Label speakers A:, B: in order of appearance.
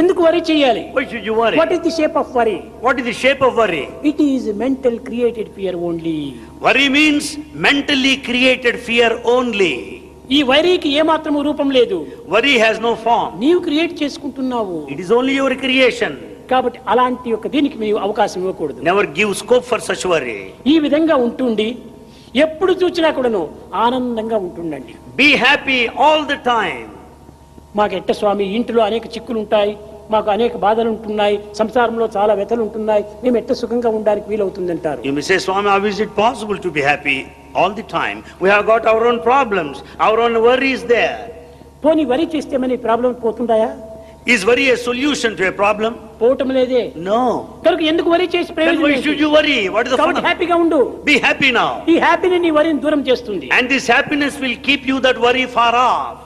A: ఎందుకు వరి చేయాలి
B: Why should you worry?
A: What is the shape of worry
B: What is the shape of worry?
A: It is mental created fear only
B: Worry means mentally created fear only.
A: ఈ వైరీకి ఏమాత్రము రూపం లేదు
B: Worry has no form.
A: నీవు create చేసుకుంటున్నావు
B: It is only your creation.
A: కాబట్టి అలాంటి యొక్క దీనికి మీరు అవకాశం ఇవ్వకూడదు
B: Never give scope for such worry.
A: ఈ విధంగా ఉంటుండి ఎప్పుడు చూసినా కూడాను ఆనందంగా ఉంటుండండి
B: Be happy all the time.
A: మాకు ఎట్ట స్వామి ఇంటిలో అనేక చిక్కులు ఉంటాయి మాకు అనేక బాధలు ఉంటున్నాయి సంసారంలో చాలా వ్యతలు ఉంటున్నాయి మేము ఎట్ట సుఖంగా ఉండడానికి వీలవుతుందంటారు
B: You may say, Swami, how is it possible to be happy all the time? We have got our own problems, our own worries there.
A: పోనీ వరి చేస్తే మన ప్రాబ్లం పోతుందాయా
B: Is worry a solution to a problem?
A: పోవటం లేదే
B: No.
A: కనుక ఎందుకు వరి చేసి
B: Then
A: ప్రయోజనం
B: why should
A: ఏంటి?
B: you worry? What is the
A: కాబట్టి
B: fun?
A: హ్యాపీగా ఉండు
B: of- Be happy now.
A: ఈ హ్యాపీని నీ వరిని దూరం చేస్తుంది
B: And this happiness will keep you that worry far off.